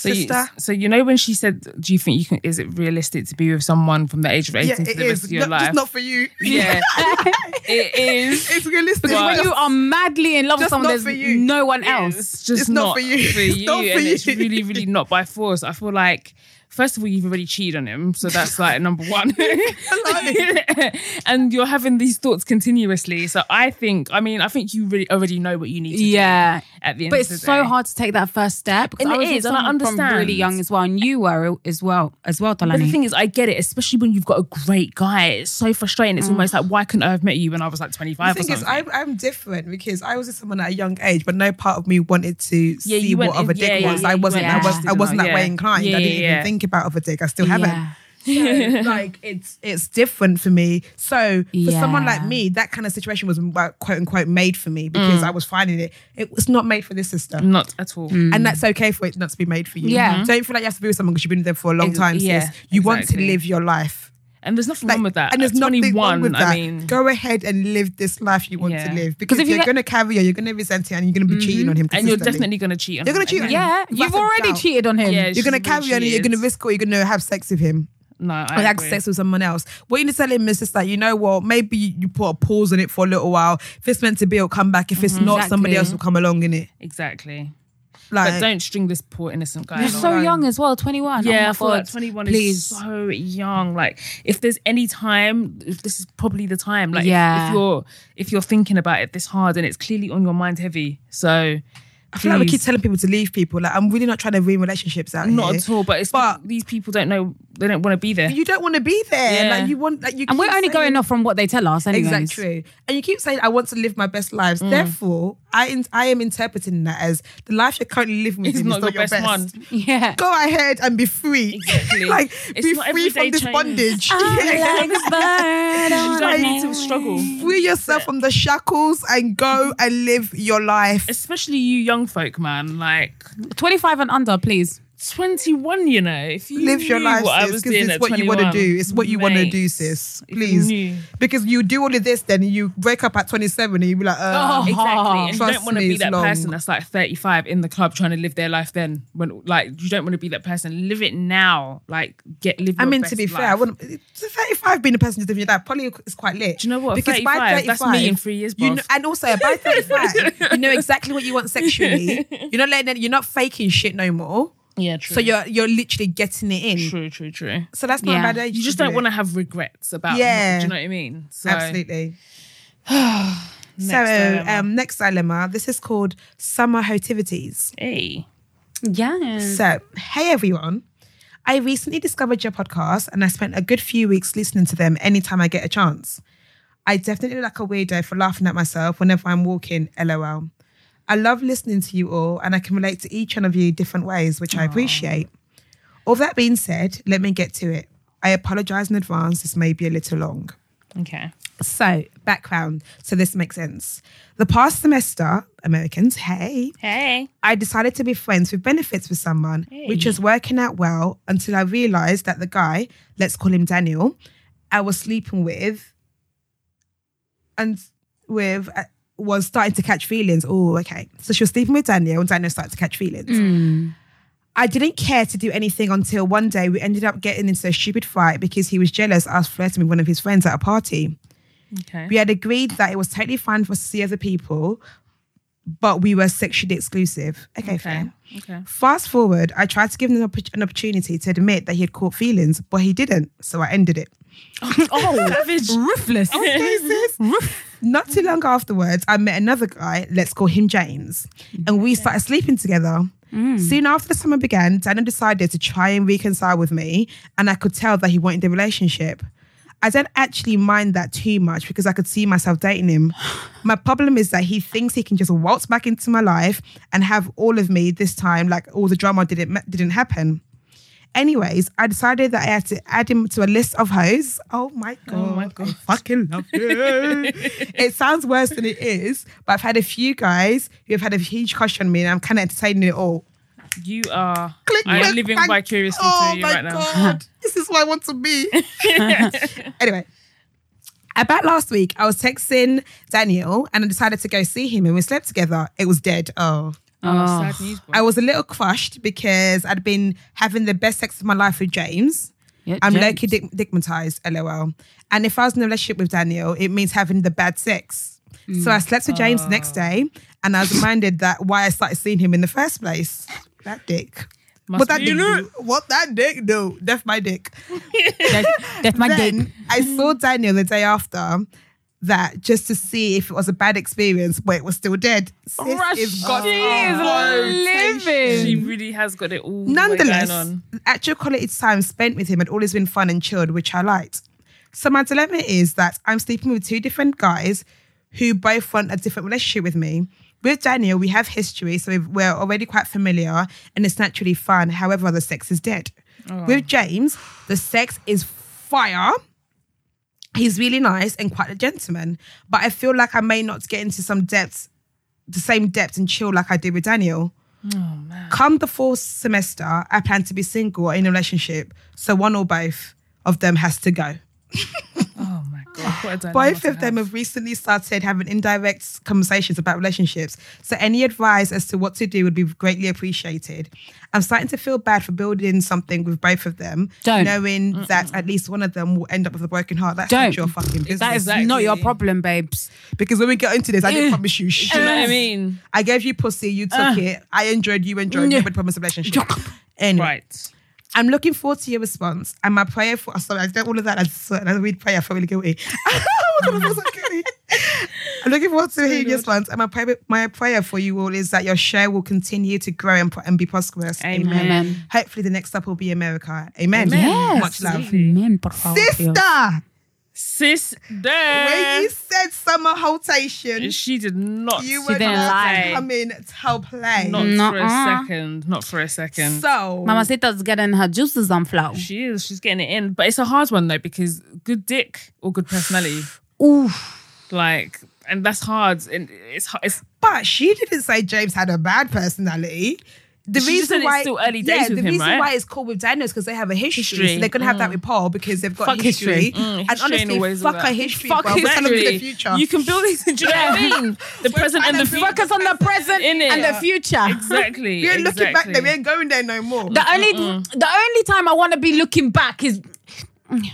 So you,
Sister.
so you know when she said, "Do you think you can? Is it realistic to be with someone from the age of
Yeah,
eighteen for
it
the
is.
rest of your
Not,
life?"
just not for you.
yeah, it is.
It's realistic.
Because
but
when
When you are madly in love with
Just
someone
not
there's
for you.
no one else.
It's just
It's not for you.
For
It's
you,
not for
and
you.
it's really, really not by force. I feel like. First of all, you've already cheated on him, so that's like number one. and you're having these thoughts continuously. So I think, I mean, I think you really already know what you need to
Yeah.
do at the end
But
of the
it's so
day.
hard to take that first step. because
And
I
it
was with
is, and I
someone from
understand.
really young as well, and you were as well, as well,
But the
Talani.
thing is, I get it, especially when you've got a great guy. It's so frustrating. It's almost like, why couldn't I have met you when I was like 25
Mm. The
or
thing is,
something?
I'm, I'm different because I was with someone at a young age, but no part of me wanted to
Yeah,
see
you
what
went
other
in- yeah,
dick
yeah,
was.
yeah,
I
you
wasn't.
went
I, was,
interested
I
in
wasn't
that,
that way
yeah.
inclined.
Yeah,
I didn't
yeah,
even
yeah.
think about other dick. I still haven't.
Yeah.
So, like it's it's different for me. So for someone
Yeah.
like me, that kind of situation was like, quote unquote made for me because
Mm.
I was finding it. It was not made for this system.
Not at all.
And that's okay for it not to be made for you.
Yeah.
Don't feel like you have to be with someone because you've been with them for a long
Ex-
time. sis.
yeah,
You want to
exactly.
live your life.
And there's nothing
Like,
wrong with that.
And there's
At
nothing
21,
wrong with that.
I mean,
Go ahead and live this life you want
Yeah.
to live. Because if
if you
you're
get-
going to carry on, you're going to resent it and you're going to be cheating on him.
and you're
consistently.
definitely going to cheat on
You're
him
gonna cheat on
anyway.
him.
Yeah,
Without
you've
a
already
doubt.
cheated on him.
Yeah,
You're going to
She
carry on and you're
cheated.
going to risk it or you're going to have sex with him.
No, I
Or have
agree.
sex with someone else. What you need to tell him is just like, you know what, maybe you you put a pause on it for a little while. If it's meant to be, it'll come back. If it's not, somebody
Exactly.
else will come along in it.
Exactly.
Like,
But don't string this poor innocent guy.
You're
along.
so young as well, 21. Oh
Yeah,
my
I feel like
God.
21
Please.
is so young. Like, if there's any time, this is probably the time. Like, if-
Yeah.
if you're if you're thinking about it this hard and it's clearly on your mind heavy, so
I feel like we keep
please.
telling people to leave people. Like, I'm really not trying to ruin relationships out here.
not at all. But it's
But-
these people don't know they don't want to be there.
You don't want to be there.
Yeah.
Like, you want, like, you
And we're
keep
only
saying-
going off from what they tell us, anyways.
Exactly. And you keep saying, I want to live my best lives.
Mm.
Therefore, I in, I am interpreting that as the life you're currently living with
It's
him
not
is
your
not your best.
best one.
Yeah.
Go ahead and be free.
Exactly.
like,
It's
be
not
free
everyday
from this
change.
bondage.
I'm like a bird
you
on
don't
a
need to struggle.
Free yourself from the shackles and go and live your life.
Especially you young folk, man. Like
25 and under, please.
21, you know. If you
live your
knew
life,
what I
sis,
was
because
doing
it's
at
what you want to
21,
do. It's what you want to
mate,
do, sis.
if you
Please.
knew.
Because you do all of this, then you break up at 27 and you be like, uh,
Oh.
Exactly. And you
Trust
don't want to
me,
be
it's
that
long.
person that's like 35 in the club trying to live their life then. When like you don't want to be that person. Live it now. Like get live.
I
your
mean,
best
to be fair, I
life.
wouldn't. to 35 being the person who's living your life probably is quite lit.
Do you know what? 35, that's me in three years,
you
bruv.
know, and also by 35, you know exactly what you want sexually. You're not letting, it- you're not faking shit no more.
yeah, true.
So you're you're literally getting it in.
true, true, true.
So that's not
Yeah.
a bad age.
You just
do
don't want
it.
to have regrets about.
Yeah.
do you know what I mean? So,
Absolutely.
Next
so
dilemma.
um, next dilemma. This is called summer hotivities.
hey,
Yes.
So, hey everyone. I recently discovered your podcast and I spent a good few weeks listening to them anytime I get a chance. I definitely look like a weirdo for laughing at myself whenever I'm walking, lol. I love listening to you all and I can relate to each one of you different ways, which I appreciate. All that being said, let me get to it. I apologize in advance, this may be a little long.
okay.
So, background, so this makes sense. The past semester, Americans, hey,
Hey,
I decided to be friends with benefits with someone, which was working out well until I realized that the guy, let's call him Daniel, I was sleeping with and with uh, was starting to catch feelings. Oh, okay. So she was sleeping with Daniel and Daniel started to catch feelings. I didn't care to do anything until one day we ended up getting into a stupid fight because he was jealous I was flirting with one of his friends at a party.
okay.
We had agreed that it was totally fine for us to see other people, but we were sexually exclusive. Okay, fair.
Okay.
Fast forward, I tried to give him an, oppor- an opportunity to admit that he had caught feelings, but he didn't. So I ended it.
Oh, savage.
Ruthless.
Not too long afterwards, I met another guy, let's call him James, and we started sleeping together. Soon after the summer began, Daniel decided to try and reconcile with me, and I could tell that he wanted a relationship. I don't actually mind that too much because I could see myself dating him. My problem is that he thinks he can just waltz back into my life and have all of me this time, like all the drama didn't ma- didn't happen. Anyways, I decided that I had to add him to a list of hoes. Oh my god! Oh my god! fucking love you. it sounds worse than it is, but I've had a few guys who have had a huge crush on me, and I'm kind of entertaining it all.
You are.
Click,
I'm
click,
living
bang.
vicariously
oh
through you
my
right
god! this is what I want to be. anyway. About last week, I was texting Daniel and I decided to go see him and we slept together. It was dead. Oh.
now. Oh, sad news.
I was a little crushed because I'd been having the best sex of my life with James.
Yeah,
I'm
James.
low-key dick- digmatized, lol. And if I was in a relationship with Daniel, it means having the bad sex. So I slept with James the next
Oh.
day and I was reminded that why I started seeing him in the first place. That dick.
Must
what that
be-
dick
You know-
do? What that dick do? Death my dick.
That's, that's my
then
dick.
I saw Daniel the day after that just to see if it was a bad experience, but it was still dead. Sis
Rush-
is got
she is
rotation.
living.
She really has got it all. the way
Nonetheless,
going on.
the actual quality time spent with him had always been fun and chilled, which I liked. So my dilemma is that I'm sleeping with two different guys who both want a different relationship with me. With Daniel, we have history, so we've- we're already quite familiar and it's naturally fun. However, the sex is dead.
Oh.
With James, the sex is fire. He's really nice and quite a gentleman, but I feel like I may not get into some depth, the same depth and chill like I did with Daniel. Come the fourth semester, I plan to be single or in a relationship. So one or both of them has to go.
Oh my God, what a dilemma
Both
to
of them
have.
have recently started having indirect conversations about relationships, so any advice as to what to do would be greatly appreciated. I'm starting to feel bad for building something with both of them,
Don't.
knowing that at least one of them will end up with a broken heart. That's
Don't.
not your fucking business.
That is not your problem, babes.
because when we get into this, I didn't promise you shit.
Do you know what I mean?
I gave you pussy, you took it. I enjoyed, you enjoyed.
Yeah.
Nobody promised a relationship. Anyway,
Right.
I'm looking forward to your response. And my prayer for oh, sorry, I don't all of that. I just I read prayer. I feel really guilty. Oh my God, I feel so guilty. I'm looking forward to hearing your response. And my prayer, my prayer for you all is that your share will continue to grow and, pro- and be prosperous.
Amen.
Amen.
Hopefully, the next stop will be America. Amen.
Yes.
Much love.
Amen, por favor.
Sister,
Sister.
when you said summer haltation,
she did not.
you
She
were
didn't
not
lie.
coming to play.
Not for a
Nuh-uh.
second. Not for a second.
So,
Mamacita's getting her juices on flow.
she is. She's getting it in. But it's a hard one though because good dick or good personality,
Ooh.
like, and that's hard. And it's hard. It's
But she didn't say James had a bad personality. The
She just
reason
said it's
why
still early
yeah,
days with
the
him,
reason
right?
why it's cool with Daniels because they have a history,
History. Mm.
so they're gonna have that with Paul because they've got
Fuck
history.
history.
and
history and
honestly,
always
fuck
about-
her history.
fuck
bro. We're telling them the future.
You can build these. Do you know what I mean? The present and
trying
the
to build-
future.
Focus on the present
In it.
and the future.
Exactly.
we ain't looking back
exactly.
there. We ain't going there no more.
The only the only time I want to be looking back is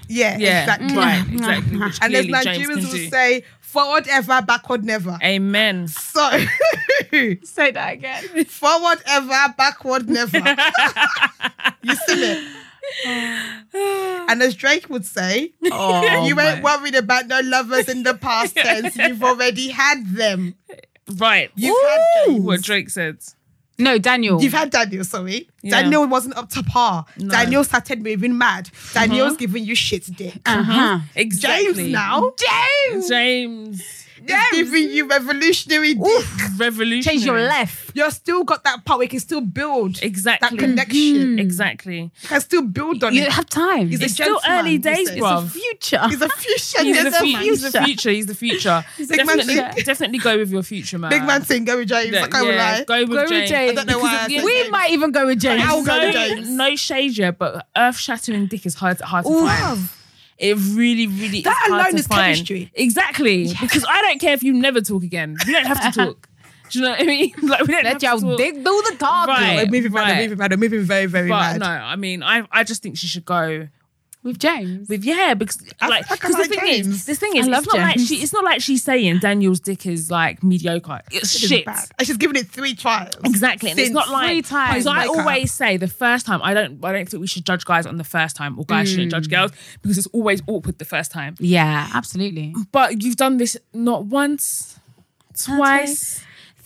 yeah,
Yeah,
exactly.
right, exactly. Which
And there's
clearly James
Nigerians
can
who
do.
say forward ever, backward never.
Amen.
So
say that again.
forward ever, backward never. you see it. And as Drake would say,
Oh,
you ain't
my-
worried about no lovers in the past tense. You've already had them.
Right.
You've had James.
What Drake said.
no, Daniel.
You've had Daniel, sorry.
Yeah.
Daniel wasn't up to par. Daniel started moving mad.
Uh-huh.
Daniel's giving you shit dick.
uh-huh.
James
Exactly.
now
James,
James.
is giving you revolutionary dick.
Revolution.
change your life.
You're still got that part where you can still build
Exactly. Mm-hmm.
that connection.
Exactly.
You can still build on
You
it.
have time.
He's a
It's still
gentleman,
early
you
days,
say.
bro.
future.
He's a future
He's the, fu-
gentleman.
he's the future. He's the future.
a big man
definitely,
thing.
definitely go with your future, man.
Big man singer with James.
Yeah,
I can't
yeah,
lie.
Go with
Go with
James.
James.
I don't know why I
Because
said
at the
we
James.
might even go with James.
I'll go with
no,
James.
no shade yet, but earth shattering dick is hard, hard to find. It really, really
That
is hard
alone
to
is
find.
chemistry.
Exactly. Because I don't care if you never talk again. You don't have to talk. Do you know what I mean? Like we don't have
Let
to
your
talk.
dick do the talking.
Right.
We're moving mad,
Right.
we're moving mad, we're moving very, very
But
mad.
no, I mean, I I just think she should go
With James.
with yeah because like
fucking
because the
like
thing
James.
is the thing is it's
I love
not like
James.
she it's not like she's saying Daniel's dick is like mediocre. It's
It's
shit.
bad. And she's given it three tries.
Exactly, and it's
Since
not like
three times,
because I
wake up.
always say the first time. I don't. I don't think we should judge guys on the first time, or guys shouldn't judge girls because it's always awkward the first time.
yeah, absolutely.
But you've done this not once, twice,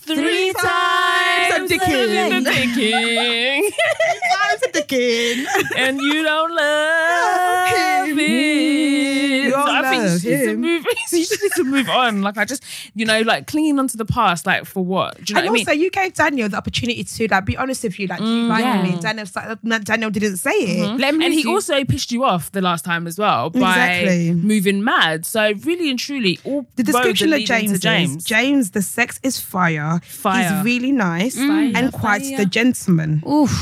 Three
times.
the
Dicking.
dicking,
Times the king.
and you don't love
Him.
it.
You
So
don't
I think
love
she needs to
him.
move. she just needs to move on. Like I just, you know, like clinging onto the past. Like for what? Do you Mm, know
And
what I mean?
also, you gave Daniel the opportunity to like be honest with you, like you lied to
yeah.
me. Daniel, started- no, Daniel didn't say it.
Let me
and he
do-
also pissed you off the last time as well by
Exactly.
moving mad. So really and truly, all
The description of
roads are leading
James,
to
is, James,
James.
the sex is fire.
Fire. Mm.
He's really nice and quite
Fire.
the gentleman.
Oof.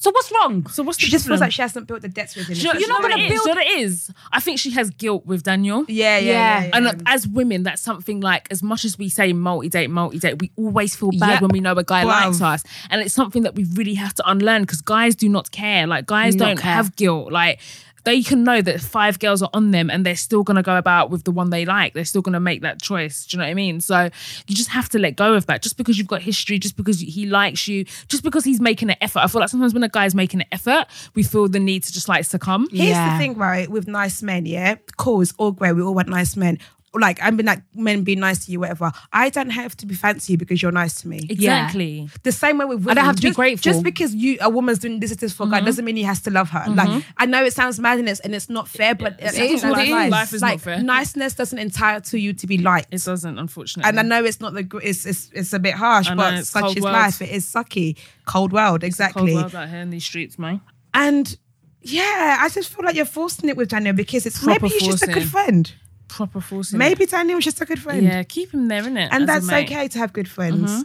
So what's wrong?
So what's the
She just feels
problem?
like she hasn't built the depth within.
Do you
her.
know, you're not
gonna
going to build. What it is, I think she has guilt with Daniel.
Yeah, yeah, yeah.
Yeah.
yeah,
And
yeah.
uh, as women, that's something like as much as we say multi date, multi date, we always feel bad
Yep.
when we know a guy
Bruv.
likes us, and it's something that we really have to unlearn because guys do not care. Like guys
Not
don't
care.
have guilt. Like they can know that five girls are on them, and they're still gonna go about with the one they like. They're still gonna make that choice. Do you know what I mean? So you just have to let go of that. Just because you've got history, just because he likes you, just because he's making an effort. I feel like sometimes when a guy's making an effort, we feel the need to just like succumb.
Here's
Yeah.
the thing, right? With nice men, yeah. Cool, it's all great. We all want nice men. Like I've been like men being nice to you, whatever. I don't have to be fancy you because you're nice to me.
Exactly.
The same way with women.
have to be
just,
grateful.
Just because you a woman's doing this, it is for
Mm-hmm.
God doesn't mean he has to love her. Like I know it sounds madness and it's not fair, but it
is what it is.
Life Mm-hmm. is not
like,
fair.
Niceness doesn't entitle you to be liked.
It doesn't, unfortunately.
and I know it's not the gr- it's it's, it's a bit harsh,
Mm-hmm. I know,
but
it's
such
cold
is
world.
life. It is sucky, cold world, exactly.
Cold world out here in these streets, man.
And yeah, I just feel like you're forcing it with Daniel because it's
Proper
maybe he's just a good
forcing.
friend.
Proper forcing.
Maybe Daniel's just a good friend.
Yeah, keep him there, innit?
And
as a
that's
mate. Mm-hmm.
okay to have good friends.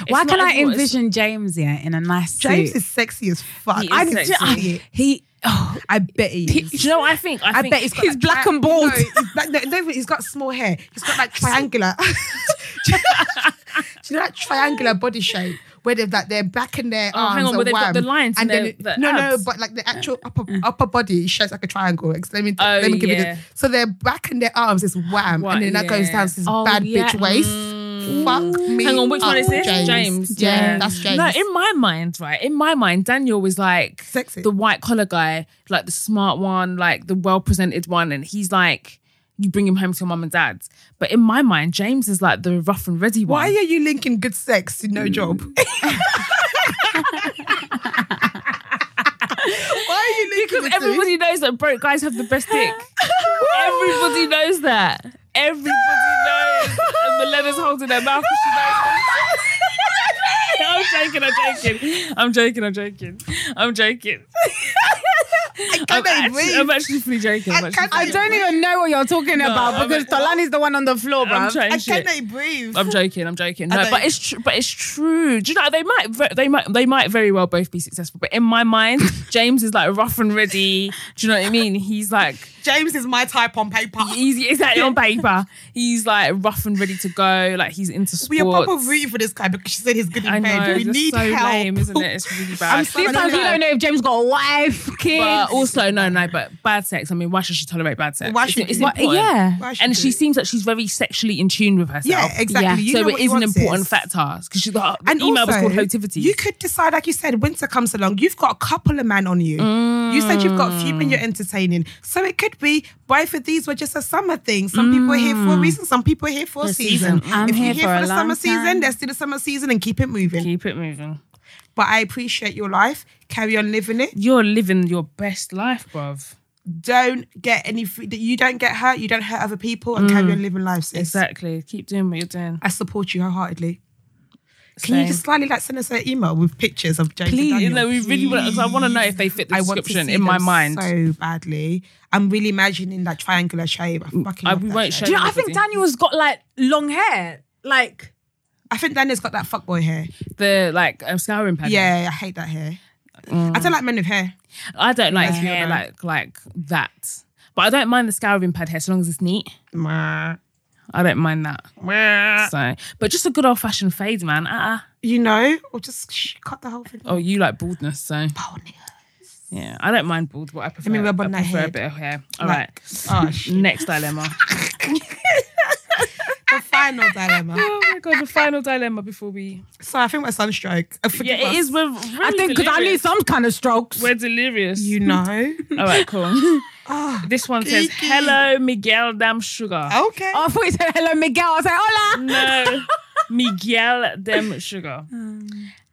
It's
Why
not
can I
everyone- it's-
envision James yeah in a nice
James
suit?
is sexy as fuck.
He is
I can
sexy.
see it.
he oh,
I bet he
Do
is.
you know what I think? I,
I
think
bet he's got
He's
like
black
tri-
and
No,
bald.
he's black- no, no, he's got small hair. He's got like triangular. Do you know that triangular body shape where they've like their back and their
Oh, hang
arms
on,
are
where they've got the
wide,
lines
and
and
then
their-
no,
their
no,
abs. Mm.
but like the actual upper upper body shapes like a triangle. Ex- Let me
Oh,
let me give you
yeah.
this. So their back and their arms is wham,
What-
and then that goes
yeah. Mm.
down to this
Oh,
bad
yeah.
bitch waist. Fuck me.
Hang on, which one
up,
is this?
James.
James.
Yeah, that's James.
No, in my mind, right? In my mind, Daniel was like
Sexy.
the white collar guy, like the smart one, like the well presented one, and he's like, you bring him home to your mum and dad. But in my mind, James is like the rough and ready
Why
one.
are you linking good sex to no job? Why are you linking
Because
the two?
everybody knows that broke guys have the best dick. everybody knows that. Everybody knows. And Milena's holding her mouth. 'cause She knows. I'm joking. I'm joking. I'm joking. I'm joking. I'm joking. I'm,
Can I
actually,
breathe?
I'm actually fully joking. I'm
I
actually,
can't-
I don't even know what you're talking about
I'm-
because Tolani's the one on the floor, bro.
I'm trying
I
shit.
cannot breathe.
I'm joking. I'm joking.
I
No,
don't-
but it's true. But it's true. Do you know they might ve- they might they might very well both be successful. But in my mind, James is like rough and ready. Do you know what I mean? He's like
James is my type on paper.
he's exactly on paper. He's like rough and ready to go. Like he's into sports.
We are proper rooting for this guy because she said he's good
I
in
know.
bed. We
it's
need
so
help.
lame, isn't it? It's really bad.
I'm so
Sometimes you don't know if James got a wife, kids.
But also, no, no, but bad sex. I mean, why should she tolerate bad sex?
Why
It's-
should
it's
you? Why-
important.
yeah.
Why should
And she
you?
seems like she's very sexually in tune with herself.
Yeah,
Yeah.
exactly. You know
so it
what he
is an
wants
important
is.
factor because she's got the
And
email was
also,
called Hotivity.
You could decide, like you said, winter comes along. You've got a couple of men on you. You said you've got a few men you're
Mm.
entertaining. So it could be both of these were just a summer thing. Some people are here for a reason. Some people are here for a season.
Mm. season.
I'm
if
here
you're here
for
for,
a
the summer
long time.
season, let's do the summer season and keep it moving.
Keep it moving.
But I appreciate your life. Carry on living it.
You're living your best life, bruv.
Don't get any that you don't get hurt. You don't hurt other people, and carry
Mm.
on living life. Sis.
Exactly. Keep doing what you're doing.
I support you wholeheartedly. Can
Same.
you just slightly like send us an email with pictures of James? and
Please,
Daniel?
you know, we really want. 'cause I want to know if they fit the
I want to
description
see
in my
them
mind.
so badly. I'm really imagining that triangular shape. I fucking
I-
love
we
that
won't
shape.
show-
Do you know, I think
Nobody.
Daniel's got like long hair. Like,
I think Daniel's got that fuckboy hair.
The like uh, scouring pattern.
Yeah, I hate that hair. I
Mm.
don't like men with hair.
I don't like
Yeah.
hair like like that. But I don't mind the scouring pad hair so long as it's neat. I don't mind that.
Uh.
So, but just a good old fashioned fade, man. Uh-uh.
You know, or just sh- cut the whole thing.
Oh, you like baldness, so
Oh, nigga.
yeah. I don't mind bald, but I prefer,
me rub on that
I prefer a
head.
bit of hair. All right.
Like- Oh, shit.
Next dilemma.
the final dilemma.
oh my god, the final dilemma before we.
So I think we're sunstroke. Uh, forgive
Yeah, it
us.
is. We're
I think because I need some kind of strokes.
We're delirious.
You know.
All right, cool.
Oh,
this one says,
Kiki.
"Hello, Miguel Dam Sugar."
okay.
Oh, I thought you said hello, Miguel. I was like, hola.
No, Miguel Dem Sugar.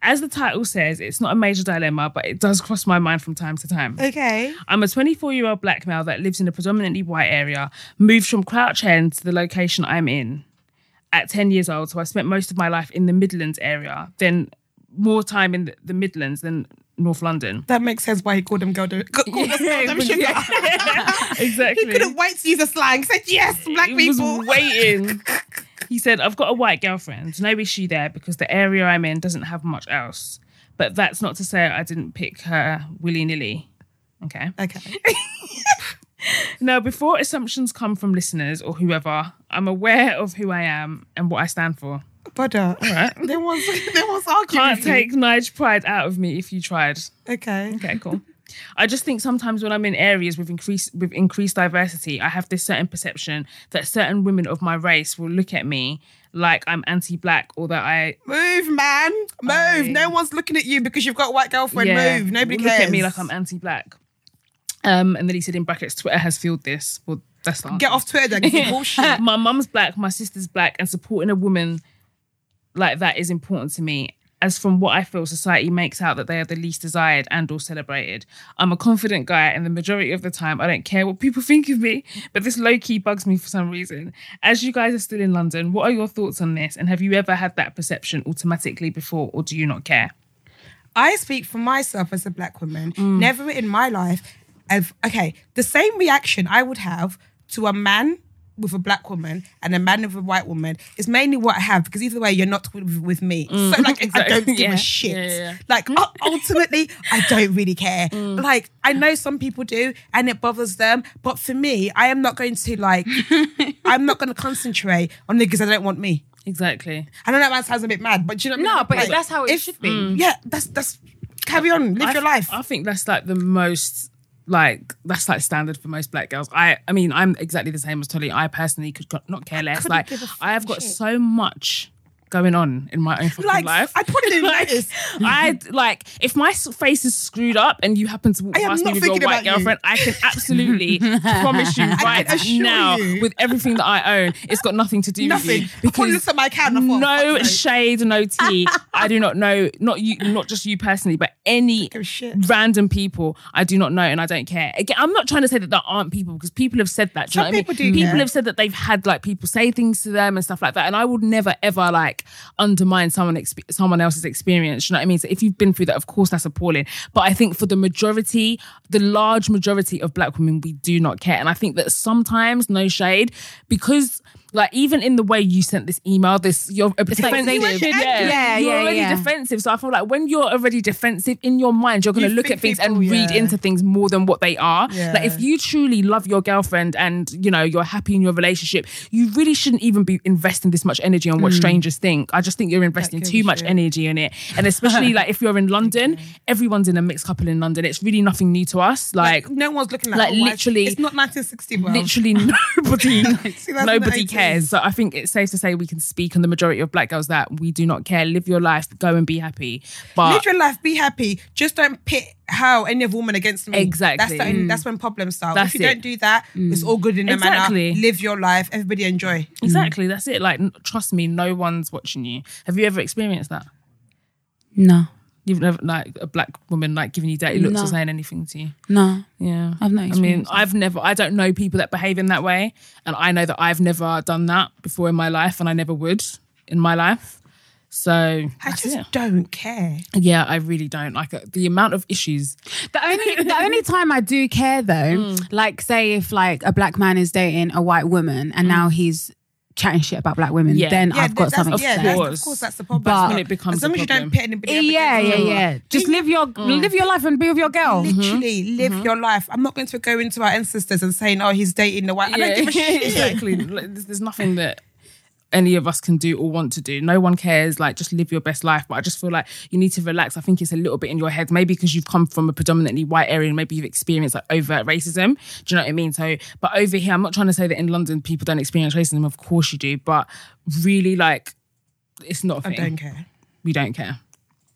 As the title says, it's not a major dilemma, but it does cross my mind from time to time.
Okay.
I'm a 24 year old black male that lives in a predominantly white area, moved from Crouch End to the location I'm in at 10 years old. So I spent most of my life in the Midlands area, then more time in the, the Midlands than North London.
That makes sense why he called him girl. Do- called us girl them sugar. He
exactly.
couldn't wait to use the slang. Said yes, black
He
people.
was waiting. He said, I've got a white girlfriend. No issue there because the area I'm in doesn't have much else. But that's not to say I didn't pick her willy nilly. Okay.
okay.
Now, before assumptions come from listeners or whoever, I'm aware of who I am and what I stand for.
Butter.
right.
There was there was arguing.
Can't take Nige pride out of me if you tried.
Okay.
Okay, cool. I just think sometimes when I'm in areas with increased with increased diversity, I have this certain perception that certain women of my race will look at me like I'm anti-black or that I
Move, man. Move.
Aye.
No one's looking at you because you've got a white girlfriend.
yeah,
Move. Nobody
will
cares.
look at me like I'm anti-black. Um, and then he said in brackets, Twitter has fueled this. Well, that's the
Get off Twitter. Get some bullshit.
my mum's black, my sister's black, and supporting a woman like that is important to me. As from what I feel, society makes out that they are the least desired and or celebrated. I'm a confident guy, and the majority of the time, I don't care what people think of me. But this low key bugs me for some reason. As you guys are still in London, what are your thoughts on this? And have you ever had that perception automatically before, or do you not care?
I speak for myself as a black woman. Never in my life have okay, the same reaction I would have to a man with a black woman and a man with a white woman is mainly what I have because either way you're not with, with me. So like I don't give
Mm. Yeah.
a shit.
Yeah, yeah, Mm. yeah.
Like u- ultimately I don't really care. Like I know some people do and it bothers them, but for me I am not going to like I'm not going to concentrate on niggas that don't want me.
Exactly.
I know that man sounds a bit mad, but do you know what I
No,
mean?
but
Like,
that's how it
if- Mm,
should be.
Yeah, that's that's carry on, live
I
your
th-
life.
I think that's like the most like that's like standard for most black girls. I I mean I'm exactly the same as Tolly. I personally could go- not care less.
couldn't
Like
give a fucking
I have got
shit.
so much going on in my own fucking
like
life.
I probably didn't
Like,
notice.
I like if my s- face is screwed up and you happen to walk
I am
past me
not
with your
thinking
white
about you.
girlfriend, I can absolutely promise you right
assure
now
you.
with everything that I own, it's got nothing to do with
Nothing. I
you
probably
because
looked at my account and I thought,
no
fuck's sake.
shade, no tea. I do not know, not you, not just you personally, but any
give a shit.
random people. I do not know, and I don't care. Again, I'm not trying to say that there aren't people because people have said that. Do you
Some
know what
people
I mean?
do
people
care.
have said that they've had like people say things to them and stuff like that, and I would never ever like undermine someone exp- someone else's experience. Do you know what I mean? So if you've been through that, of course that's appalling. But I think for the majority, the large majority of black women, we do not care, and I think that sometimes, no shade, because. Like even in the way you sent this email, this you're a bit
like
defensive.
they were
yeah,
angry.
Yeah,
you're
yeah,
already
yeah.
defensive. So I feel like when you're already defensive in your mind, you're going to
You
look
think
at things
people-
and read
yeah.
into things more than what they are.
Yeah.
Like if you truly love your girlfriend and you know you're happy in your relationship, you really shouldn't even be investing this much energy on what
Mm.
strangers think. I just think you're investing
gives
too
a
much
shit.
energy in it, and especially like if you're in London, everyone's in a mixed couple in London. It's really nothing new to us. Like.
Like, no one's looking at
like,
oh, why-
literally-
It's not 1960. Well.
Literally nobody, nobody
2018.
cares. So I think it's safe to say we can speak on the majority of black girls that we do not care. Live your life, go and be happy. But
Live your life, be happy. Just don't pit how any other woman against me. That's
Exactly.
the only, that's when problems start.
That's
if you
it.
don't do that, it's all good in a
Exactly.
manner. Live your life. Everybody enjoy.
Mm. Exactly. That's it. Like, n- trust me, no one's watching you. Have you ever experienced that?
No,
You've never like a black woman like giving you dirty looks
No.
or saying anything to you.
no.
Yeah,
I've not
I mean,
experienced
I've never. I don't know people that behave in that way, and I know that I've never done that before in my life, and I never would in my life. So
I
that's
just
it.
don't care.
yeah, I really don't like it. the amount of issues.
The only the only time I do care though,
Mm.
like say if like a black man is dating a white woman and now he's chatting shit about black women,
Mm. Yeah.
then
Yeah,
I've got
that's,
something
yeah,
to
that's-
say.
course.
of course, that's the problem.
But- That's when
it becomes
as long
a
as you don't
problem.
pit anybody up
Yeah,
against
yeah,
anyone.
yeah. Just live your live your life and be with your girl.
Literally live your life. I'm not going to go into our ancestors and saying, "Oh, he's dating the white." I don't give a shit.
exactly. Like, There's there's nothing that any of us can do or want to do. No one cares. Like, just live your best life. But I just feel like you need to relax. I think it's a little bit in your head, maybe because you've come from a predominantly white area and maybe you've experienced like overt racism. Do you know what I mean? So, but over here, I'm not trying to say that in London people don't experience racism. Of course you do. But really, like, it's not a
I
thing.
don't care.
We don't care.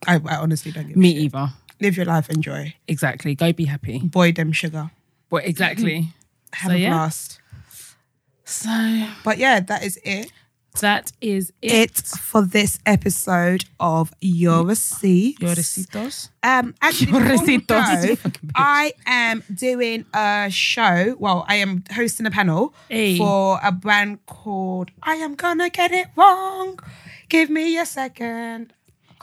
I, I honestly don't give a
Me
shit.
either.
Live your life, enjoy.
Exactly. Go be happy.
Boy, them sugar.
But exactly.
Have
So,
a
yeah.
blast. Mm-hmm.
So
But yeah, that is it.
that is it.
It for this episode of Your Receipt.
Llorecitos.
Um, actually,
Your
before we
receipt.
go, I am doing a show. Well, I am hosting a panel
Hey.
for a brand called I Am Gonna Get It Wrong. Give me a second.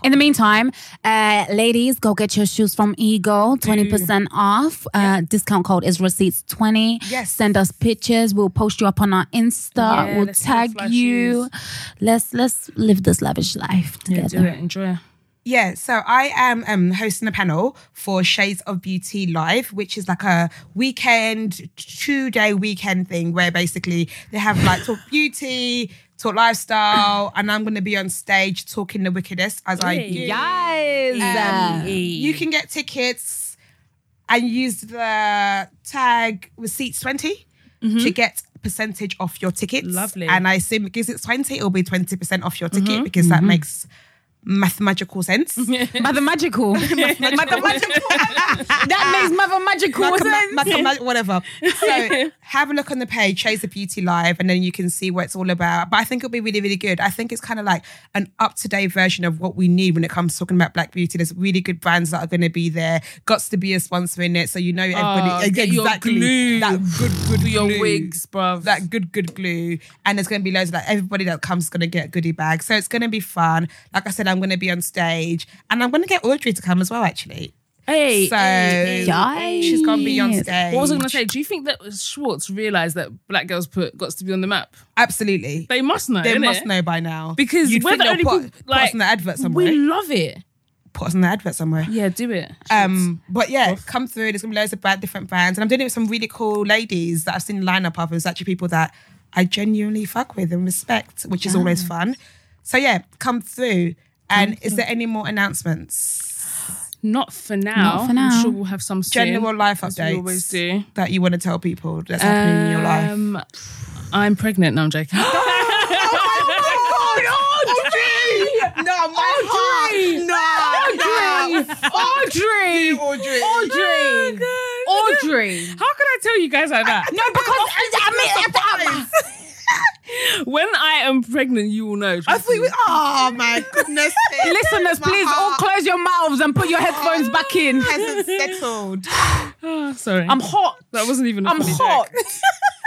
In the meantime, uh, ladies, go get your shoes from Eagle, twenty percent off. Uh, discount code is receipts twenty.
Yes.
Send us pictures. We'll post you up on our Insta.
Yeah,
we'll
let's get the
tag
fly
you. Let's let's live this lavish life
Yeah, do
together.
it. Enjoy it.
Yeah, so I am um, hosting a panel for Shades of Beauty Live, which is like a weekend, two day weekend thing where basically they have like talk beauty, talk lifestyle, and I'm going to be on stage talking the wickedest as I do.
Guys,
Um, you can get tickets and use the tag receipts20 to get percentage off your tickets.
Lovely.
And I assume because it's 20, it'll be 20% off your ticket because that makes mathematical sense.
mother magical. that makes mother magical.
Mathema- mathema- whatever. So have a look on the page, Chase the Beauty Live, and then you can see what it's all about. But I think it'll be really, really good. I think it's kind of like an up to date version of what we need when it comes to talking about Black beauty. There's really good brands that are going to be there. Got to be a sponsor in it, so you know everybody
Ah, get your
exactly
glue.
that good, good
for your
glue.
wigs, bruv.
That good, good glue. And there's going to be loads of like everybody that comes is going to get a goodie bag. So it's going to be fun. Like I said, I'm going to be on stage and I'm going to get Audrey to come as well, actually.
Hey,
So
hey, hey.
she's gone beyond
Yikes.
stage.
What was I going to say? Do you think that Schwartz realised that black girls put got to be on the map?
Absolutely.
They must know.
They
innit?
must know by now.
Because
You'd
we're
think
the
they'll
only
put,
people,
put
like,
us in the advert somewhere.
We love it.
put us in the advert somewhere.
Yeah, do it.
Um, but yeah, come through. There's gonna be loads of bad, different bands, and I'm doing it with some really cool ladies that I've seen line up of. It's actually people that I genuinely fuck with and respect, which is always fun. So yeah, come through. And is there any more announcements?
Not for now.
for now.
I'm sure we'll have some soon,
General life
as
updates.
We always do.
That you want to tell people that's happening in your life?
Um, I'm pregnant. No, I'm joking.
Oh, Audrey! No, my heart.
Audrey,
No, Audrey.
Audrey, Audrey.
Oh How could I tell you guys like that?
No, because I, I mean, I,
When I am pregnant, you will know.
I thought you. Oh my goodness!
Listeners,
My
please all
heart.
close your mouths and put your headphones back in.
hasn't settled.
Oh, sorry.
I'm hot.
that wasn't even. a
I'm
funny
hot.
joke.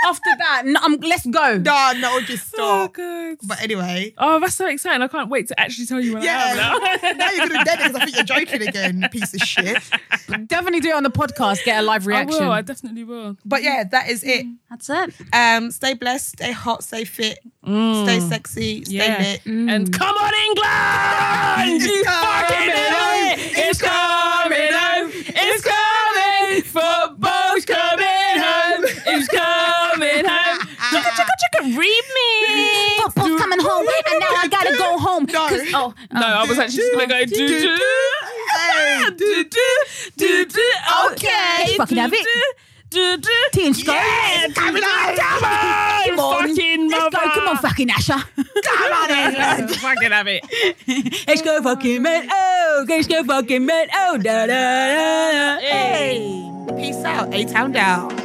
After that, no, I'm, let's go.
No, no, just
Oh,
stop.
God.
but anyway,
Oh, that's so exciting. I can't wait to actually tell you when I am now.
yeah. now you're gonna dead because I think you're joking again, piece of shit.
Definitely do it on the podcast. Get a live
I
reaction.
will. I definitely will.
But yeah, that is it.
That's it.
Um, stay blessed, stay hot, stay fit, stay sexy, stay
Yeah.
lit.
And come on, England!
It's
You fucking
coming
know
home.
it. It's coming home! It's coming! Football's coming home! It's coming home! Chicka, chicka, chicka, read me!
Football's coming home, and now I gotta go home. 'cause- oh,
No, I was actually just gonna go do do
Hey,
do do do do.
Okay.
Okay,
Fucking have it.
Do do.
Teen Scout.
Yeah, come on, come on,
Come on.
fucking
Let's go.
mother.
Come on, fucking Asha.
Fucking have it.
Let's go, fucking man. Oh, let's go, fucking man. Oh, da da da. da. Hey.
Peace out, A Town down.